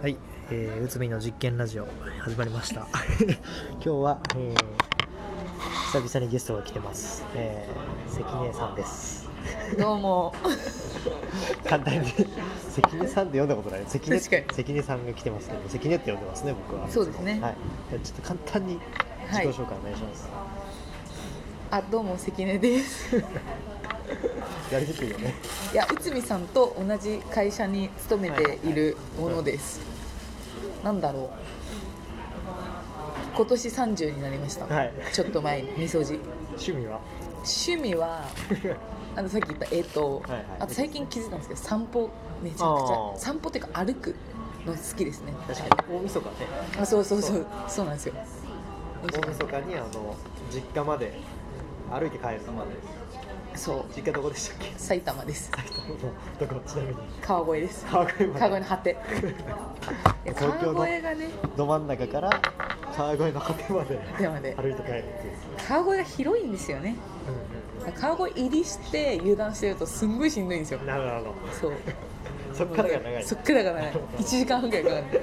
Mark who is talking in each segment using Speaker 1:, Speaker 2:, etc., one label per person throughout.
Speaker 1: はい、えー、うつみの実験ラジオ始まりました 今日は、えー、久々にゲストが来てます、えー、関根さんです
Speaker 2: どうも。
Speaker 1: 簡単に 関根さんって呼んだことない関根
Speaker 2: 確かに
Speaker 1: 関根さんが来てますけど関根って呼んでますね僕は
Speaker 2: そうですね
Speaker 1: はい、じゃあちょっと簡単に自己紹介お願いします、
Speaker 2: あ、どうも関根です。
Speaker 1: やりにくいよね
Speaker 2: いや、内海さんと同じ会社に勤めているものです。なんだろう。今年30になりました。
Speaker 1: はい
Speaker 2: ちょっと前に、みそじ。
Speaker 1: 趣味は
Speaker 2: 趣味 は。あの、さっき言った、えっ、と、
Speaker 1: はいはい
Speaker 2: あと最近気づいたんですけど、散歩。めちゃくち
Speaker 1: あー
Speaker 2: ゃ、散歩っていうか、歩く。の好きですね。
Speaker 1: 確
Speaker 2: は
Speaker 1: かに大晦日ね
Speaker 2: いあ、そうそうそう、そうなんですよ。
Speaker 1: 大晦日にあの実家まで歩いて帰るまで
Speaker 2: そう、
Speaker 1: 実家どこでしたっけ
Speaker 2: 埼玉です。
Speaker 1: 埼玉のどこちなみに
Speaker 2: 川越です。
Speaker 1: 川越まで
Speaker 2: 川越の果 て。いや
Speaker 1: 東京の
Speaker 2: 川越がね、
Speaker 1: ど真ん中から川越の果てまで
Speaker 2: でもね、
Speaker 1: 歩いて帰るっていう、
Speaker 2: 川越が広いんですよね。川越入りして油断してるとすんごいしんどいんですよ。
Speaker 1: なるほどなるほ
Speaker 2: そう。
Speaker 1: どそっからが長い
Speaker 2: そっからが 長い。一時間半ぐらいかかる。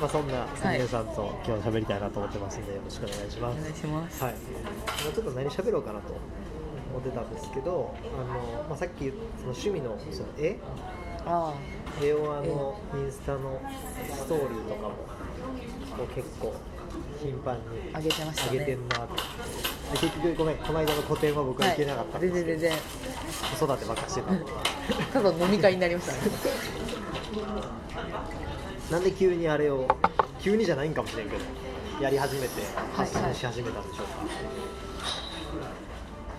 Speaker 1: まあ、そんな関根さんと今日喋りたいなと思ってますんでよろしくお願いし
Speaker 2: お
Speaker 1: ま
Speaker 2: 願
Speaker 1: す
Speaker 2: いします。
Speaker 1: はい今ちょっと何喋ろうかなと思ってたんですけどあの、まあ、さっきその趣味のその絵
Speaker 2: あ
Speaker 1: 絵をあのインスタのストーリーとかもこう結構頻繁に
Speaker 2: あ、上げてました
Speaker 1: 上げて
Speaker 2: ね。
Speaker 1: んなってで結局ごめんこの間の個展は僕は行けなかったんで
Speaker 2: 全
Speaker 1: すけ
Speaker 2: 然
Speaker 1: ど、
Speaker 2: 全然。
Speaker 1: 子育てばっかしてたんで
Speaker 2: ただ飲み会になり ましたね。
Speaker 1: なんで急にあれを急にじゃないんかもしれんけどやり始めて発信し始めたんでしょうか、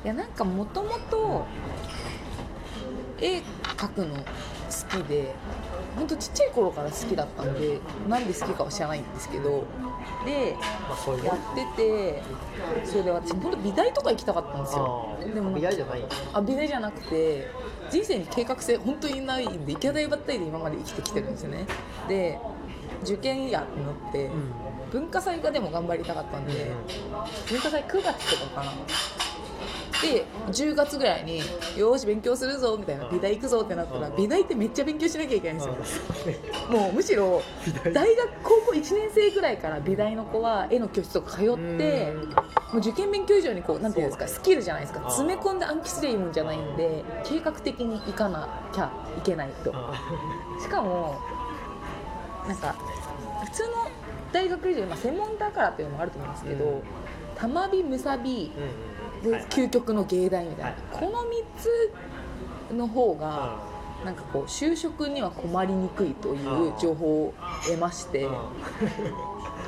Speaker 2: いやなんかもともと絵描くの好きでほんとちっちゃい頃から好きだったんでなんで好きかは知らないんですけどで
Speaker 1: まあそういう
Speaker 2: やっててそれで私本当美大とか行きたかったんですよ
Speaker 1: あ
Speaker 2: でもなんか
Speaker 1: 嫌じゃないんだ
Speaker 2: あ美大じゃなくて人生に計画性本当にないんで行きたいばったりで今まで生きてきてるんですよねで受験やってなって、
Speaker 1: うん
Speaker 2: 文化祭がでも頑張りたかったんで、文化祭9月とかかなで10月ぐらいに「よーし勉強するぞ」みたいな
Speaker 1: う
Speaker 2: 「
Speaker 1: ん
Speaker 2: 美大行くぞ」ってなったら
Speaker 1: うん
Speaker 2: 美大ってめっちゃ勉強しなきゃいけないんですよ
Speaker 1: う
Speaker 2: もうむしろ
Speaker 1: んうん
Speaker 2: 大学高校1年生ぐらいから美大の子は絵の教室とか通っ
Speaker 1: うん
Speaker 2: てもう受験勉強以上にこうなんていうんですか
Speaker 1: そうだ
Speaker 2: ス
Speaker 1: ね
Speaker 2: キルじゃないですか
Speaker 1: あー
Speaker 2: 詰め込んで暗記すりゃいいもんじゃないんで計画的に行かなきゃいけないと
Speaker 1: あ
Speaker 2: しかもなんか普通の大学以上に、まあ、専門だからっていうのもあると思うんですけど、
Speaker 1: うん
Speaker 2: 玉美むさび
Speaker 1: うんうんうん
Speaker 2: で、
Speaker 1: はいはい
Speaker 2: 究極の芸大みたい
Speaker 1: は
Speaker 2: な、
Speaker 1: い
Speaker 2: この3つの方が
Speaker 1: あ
Speaker 2: なんかこう就職には困りにくいとい
Speaker 1: あ
Speaker 2: う
Speaker 1: ー
Speaker 2: 情報を得まして
Speaker 1: あ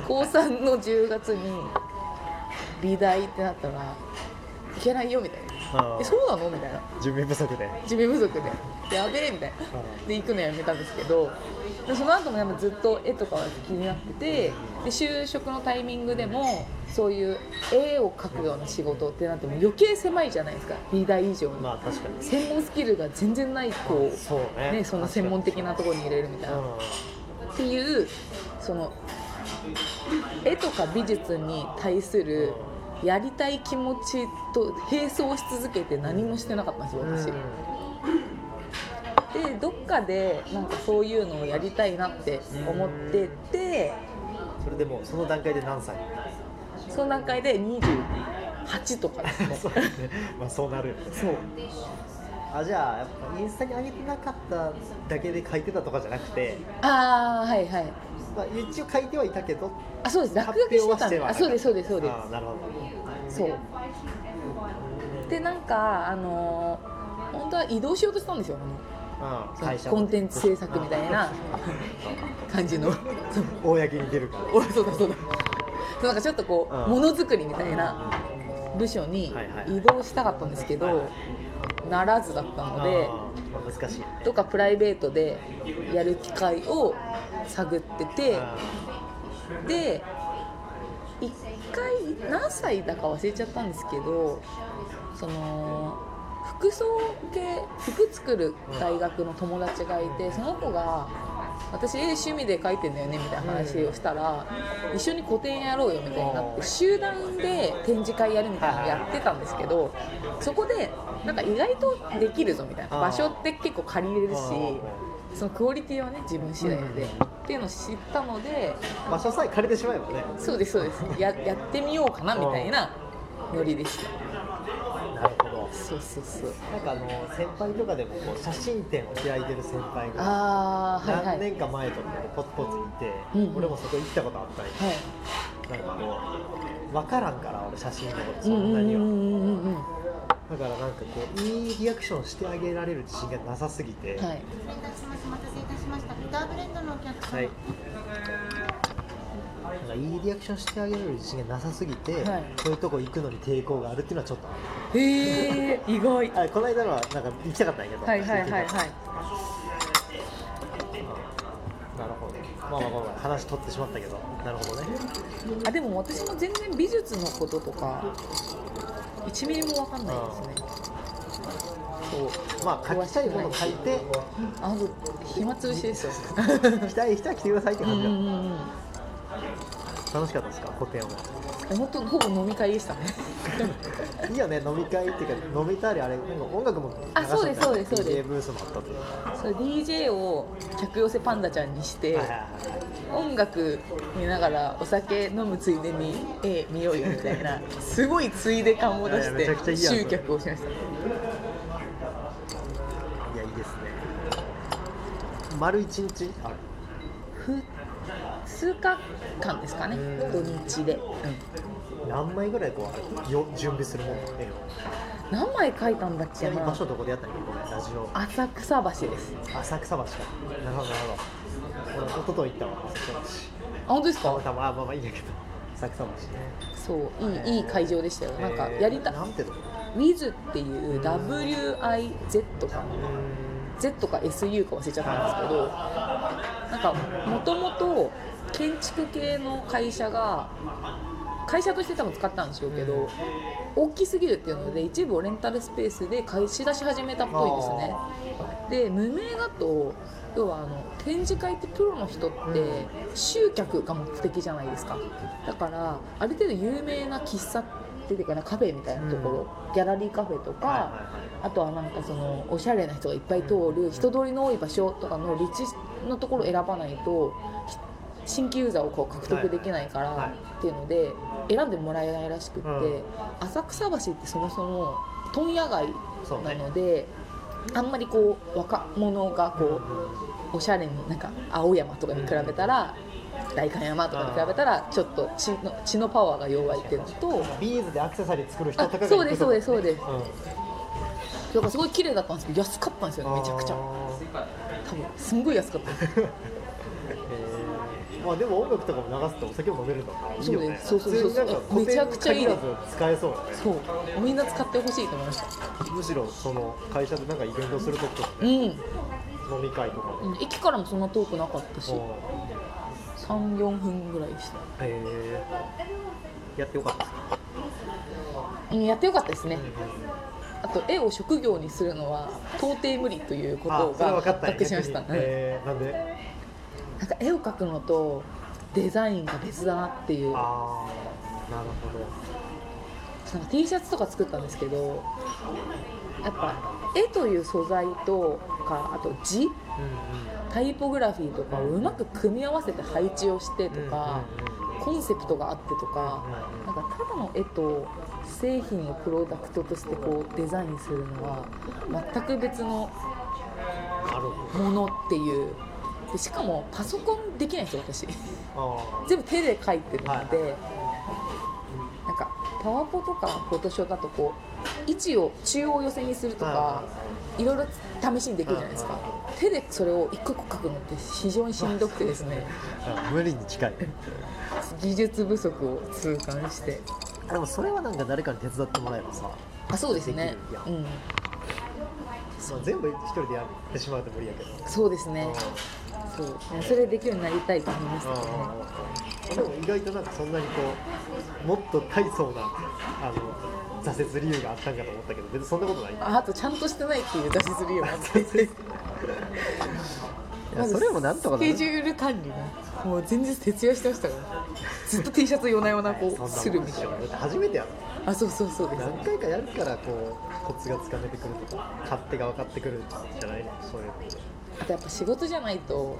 Speaker 2: 高3の10月に美大ってなったらいけないよみたいな
Speaker 1: あ
Speaker 2: えそうなのみたいな
Speaker 1: 準備不足で
Speaker 2: 準備不足でやべえみたいなで行くのやめたんですけどでその後もやっぱずっと絵とかは気になっててで就職のタイミングでもそういう絵を描くような仕事ってなっても余計狭いじゃないですか美大以上に
Speaker 1: まあ確かに
Speaker 2: 専門スキルが全然ない子を、
Speaker 1: そうね
Speaker 2: ね、そんな専門的なところに入れるみたいな。っていうその絵とか美術に対するやりたい気持ちと並走し続けて何もしてなかったんですよ
Speaker 1: うんうん
Speaker 2: 私。でどっかでなんかそういうのをやりたいなって思ってて
Speaker 1: それでもうその段階で何歳
Speaker 2: その段階で28とかです ね
Speaker 1: そうねまあそうなるよね
Speaker 2: そう
Speaker 1: あじゃあやっぱインスタに上げてなかっただけで書いてたとかじゃなくて、
Speaker 2: ああはいはい
Speaker 1: まあ、一応書いてはいたけど
Speaker 2: あそうです落書きしてたんであそうですそうですそうです
Speaker 1: あーなるほ
Speaker 2: そうでなんかあのー本当は移動しようとしたんですよあ
Speaker 1: ど、うん、
Speaker 2: の
Speaker 1: 会社の
Speaker 2: コンテンツ制作みたいな感じのそう
Speaker 1: 公に出るから
Speaker 2: おそうだそうだそうなんかちょっとこ
Speaker 1: うん
Speaker 2: うものづくりみたいな部署に
Speaker 1: はいはい
Speaker 2: 移動したかったんですけ
Speaker 1: はいは
Speaker 2: どならずだったので
Speaker 1: あーまあ難しいよね
Speaker 2: とかプライベートでやる機会を探ってて
Speaker 1: あ
Speaker 2: で1回何歳だか忘れちゃったんですけどその服装系服作る大学の友達がいてその子が「私絵趣味で描いてんだよね」みたいな話をしたら「一緒に個展やろうよ」みたいになって集団で展示会やるみたいなのやってたんですけどそこでなんか意外とできるぞみたいな
Speaker 1: あー
Speaker 2: 場所って結構借りれるし
Speaker 1: ー
Speaker 2: そのクオリティはね自分次第で、っていうのを知ったので
Speaker 1: 場所さえ借りてしまえばね
Speaker 2: そうですそうですややってみようかなみたいなノリでした
Speaker 1: なるほど
Speaker 2: そうそうそう
Speaker 1: なんかあの先輩とかでもこう写真展を開いてる先輩が
Speaker 2: ああはいはい
Speaker 1: 何年か前とかでポツポツいて、
Speaker 2: うんうん
Speaker 1: 俺もそこ行ったことあったり
Speaker 2: はい
Speaker 1: なんかこう分からんから俺写真のこと
Speaker 2: う
Speaker 1: そん
Speaker 2: んう
Speaker 1: なんに
Speaker 2: う
Speaker 1: は、
Speaker 2: んうんうんうんは
Speaker 1: だからなんかこういいリアクションしてあげられる自信がなさすぎて、
Speaker 2: い
Speaker 3: お待たせしますお待たせいたしましたビターブレンドのお客様、
Speaker 1: はいなんかいいリアクションしてあげられる自信がなさすぎて、
Speaker 2: はい
Speaker 1: そういうとこ行くのに抵抗があるっていうのはちょっと
Speaker 2: へえ意外
Speaker 1: あるあこの間のはなんか行きたかったんやけど
Speaker 2: はいはいはいはい
Speaker 1: なるほどまあまあごめん話取ってしまったけどなるほどね
Speaker 2: あでも私も全然美術のこととか1ミリも分かんないですねそう
Speaker 1: まあ書きたいもの書いて
Speaker 2: あの暇つぶしですよ
Speaker 1: 来たい人は来てくださいって
Speaker 2: う
Speaker 1: 感
Speaker 2: んう
Speaker 1: じだ、
Speaker 2: んうんうん
Speaker 1: 楽しかったですか個展は
Speaker 2: え本当ほぼ飲み会でしたね
Speaker 1: いいよね飲み会っていうか飲みたりあれなんか音楽も流
Speaker 2: あそうですそうですそうです
Speaker 1: ゲーブースもあったという
Speaker 2: それ DJ を客寄せパンダちゃんにして
Speaker 1: はいはいはい
Speaker 2: 音楽見ながらお酒飲むついでに絵見ようよみたいなすごいついで感を出し
Speaker 1: いやいやめちゃくちゃ
Speaker 2: て
Speaker 1: いいやんそれ
Speaker 2: 集客をしました
Speaker 1: いやいいですね丸一日ある
Speaker 2: ふ数日間ですかね
Speaker 1: うん
Speaker 2: 土日で、うん
Speaker 1: 何枚ぐらいこうよ準備するもん絵を
Speaker 2: 何枚書いたんだっ
Speaker 1: ち
Speaker 2: け
Speaker 1: なみに
Speaker 2: な
Speaker 1: 場所どこでやったんやけごめんラジオ
Speaker 2: 浅草橋です
Speaker 1: 浅草橋かなるほどなるほど俺一昨日行ったわ浅草
Speaker 2: あ本当です
Speaker 1: 橋たま
Speaker 2: か
Speaker 1: たまあまあまあいいんやけど浅草橋ね
Speaker 2: そういいいい会場でしたよなんか
Speaker 1: えー
Speaker 2: やりた
Speaker 1: なんていうの
Speaker 2: WIZ っていう
Speaker 1: うー
Speaker 2: WIZ かな
Speaker 1: ん
Speaker 2: Z か SU か忘れちゃったんですけどなんかもともと建築系の会社が会社として多分使ったんでしょうけど、
Speaker 1: うん
Speaker 2: 大きすぎるっていうので一部をレンタルスペースで貸し出し始めたっぽいですね
Speaker 1: あ
Speaker 2: で無名だと要はあの展示会ってプロの人って
Speaker 1: うん
Speaker 2: 集客が目的じゃないですかだからある程度有名な喫茶店っていうかなカフェみたいなところ、ギャラリーカフェとか、
Speaker 1: はいはいはい
Speaker 2: あとはなんかそのおしゃれな人がいっぱい通る人通りの多い場所とかの立地のところを選ばないとひ新規ユーザーをこう獲得できないか
Speaker 1: はい
Speaker 2: らっていうので選んでもらえないらしくって
Speaker 1: うん
Speaker 2: 浅草橋ってそもそも問屋街
Speaker 1: そう
Speaker 2: な
Speaker 1: ね
Speaker 2: のであんまりこう若者がこうおしゃれになんか青山とかに比べたら代官山とかに比べたらちょっと血の血のパワーが弱いっていうのと。
Speaker 1: ビーズでアクセサリー作る人とかが
Speaker 2: あそうですそうですそうです
Speaker 1: うん
Speaker 2: だからすごい綺麗だったんですけど安かったんですよねめちゃくちゃ
Speaker 1: ゃ
Speaker 2: 多分すんごい安かったです
Speaker 1: まあでも音楽とかも流すとお酒も飲めるのもいいよね
Speaker 2: そうですそうそ
Speaker 1: 普通に
Speaker 2: うそう
Speaker 1: なんか古典
Speaker 2: めちゃくちゃいいで
Speaker 1: 限
Speaker 2: す
Speaker 1: らず使えそうよね
Speaker 2: そうみんな使ってほしいと思いました
Speaker 1: むしろその会社でなんかイベントするときとか
Speaker 2: う
Speaker 1: ね
Speaker 2: ん
Speaker 1: 飲み会とかで
Speaker 2: 駅からもそんな遠くなかったし
Speaker 1: も
Speaker 2: 34分ぐらいでした
Speaker 1: うへえやってよかったですか
Speaker 2: うんやってよかったですねあと絵を職業にするのは到底無理ということ
Speaker 1: それ
Speaker 2: が
Speaker 1: 分か
Speaker 2: 発
Speaker 1: ったんや
Speaker 2: 覚しました、
Speaker 1: 逆にえーなんで
Speaker 2: うんなんか絵を描くのとデザインが別だなっていうなんか
Speaker 1: ああなるほど
Speaker 2: T シャツとか作ったんですけどやっぱ絵という素材とかあと字
Speaker 1: うん
Speaker 2: タイポグラフィーとかをうまく組み合わせて配置をしてと
Speaker 1: うん
Speaker 2: か、コンセプトがあってとかなんかただの絵と製品をプロダクトとしてこうデザインするのは全く別の
Speaker 1: なるほ
Speaker 2: ものっていうでしかもパソコンできないんですよ私
Speaker 1: どあ
Speaker 2: 全部手で描いてるので、
Speaker 1: は
Speaker 2: なんかパワポとかフォトショーだとこう位置を中央寄せにするとかいろいろ試しにできるじゃないですか手でそれを一個一個描くのって非常にしんどくてですね
Speaker 1: あ無理に近い
Speaker 2: 技術不足を痛感して
Speaker 1: あでもそれはなんか誰かに手伝ってもらえばさ、
Speaker 2: あそうです
Speaker 1: で
Speaker 2: ね
Speaker 1: きるやん
Speaker 2: うん
Speaker 1: まあ、全部一人でやってしまうと無理やけど
Speaker 2: そうですね
Speaker 1: うん
Speaker 2: そうそれできるようになりたいと思いましたね
Speaker 1: でも意外となんかそんなにこうもっと大層なあの挫折理由があったんかと思ったけど別にそんなこと ない
Speaker 2: ああとちゃんとしてないっていう挫折理由もあって
Speaker 1: いやそれもなんとかな
Speaker 2: スケ
Speaker 1: る
Speaker 2: ジュール管理がもう全然徹夜してましたからずっと T シャツ夜な夜なこうす
Speaker 1: そんな
Speaker 2: る
Speaker 1: もんで
Speaker 2: みたい
Speaker 1: しょ
Speaker 2: な
Speaker 1: だって初めてやろ
Speaker 2: あそうそうそうです
Speaker 1: 何回かやるからこうコツがつかめてくるとか勝手が分かってくるんじゃないのそういうのって
Speaker 2: あとやっぱ仕事じゃないと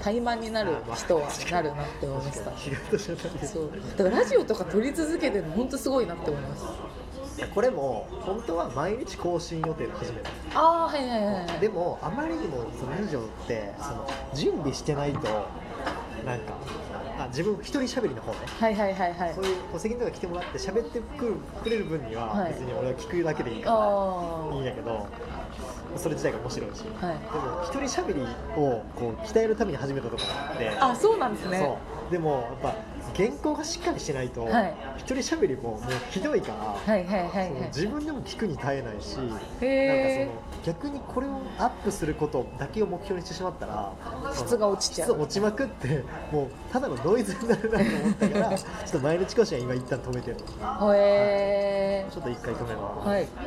Speaker 2: 怠慢になる人はなるなって思いました
Speaker 1: 仕事じゃないです
Speaker 2: そうだからラジオとか撮り続けてるの本当すごいなって思います
Speaker 1: いやこれも本当は毎日更新予定で始めた
Speaker 2: ああはいはいはいはい
Speaker 1: でもあまりにもそのラジオってその準備してないとなんかあ自分一人喋りの方ね
Speaker 2: はいはいはいはい
Speaker 1: そういうこう責任とか来てもらって喋ってくるくれる分には
Speaker 2: はい
Speaker 1: 別に俺は聞くだけでいい
Speaker 2: あ
Speaker 1: か
Speaker 2: あ
Speaker 1: らいいん
Speaker 2: は
Speaker 1: やけどそれ自体が面白いしでも
Speaker 2: い
Speaker 1: 一人喋りをこう鍛えるために始めたとこがあって
Speaker 2: あそうなんですね
Speaker 1: そうでもやっぱ原稿がしっかりしてないと
Speaker 2: はい
Speaker 1: 一人喋りももうひどいから、
Speaker 2: はいはいはいはい
Speaker 1: その自分でも聞くに耐えないしなん
Speaker 2: へ
Speaker 1: かその逆にこれをアップすることだけを目標にしてしまったら
Speaker 2: 質が落ちちゃう
Speaker 1: その質落ちまくってもうただのノイズになるなと思った からちょっと毎日講師は今一旦止めてるち
Speaker 2: えへえ
Speaker 1: ょっと一回止めます、
Speaker 2: はい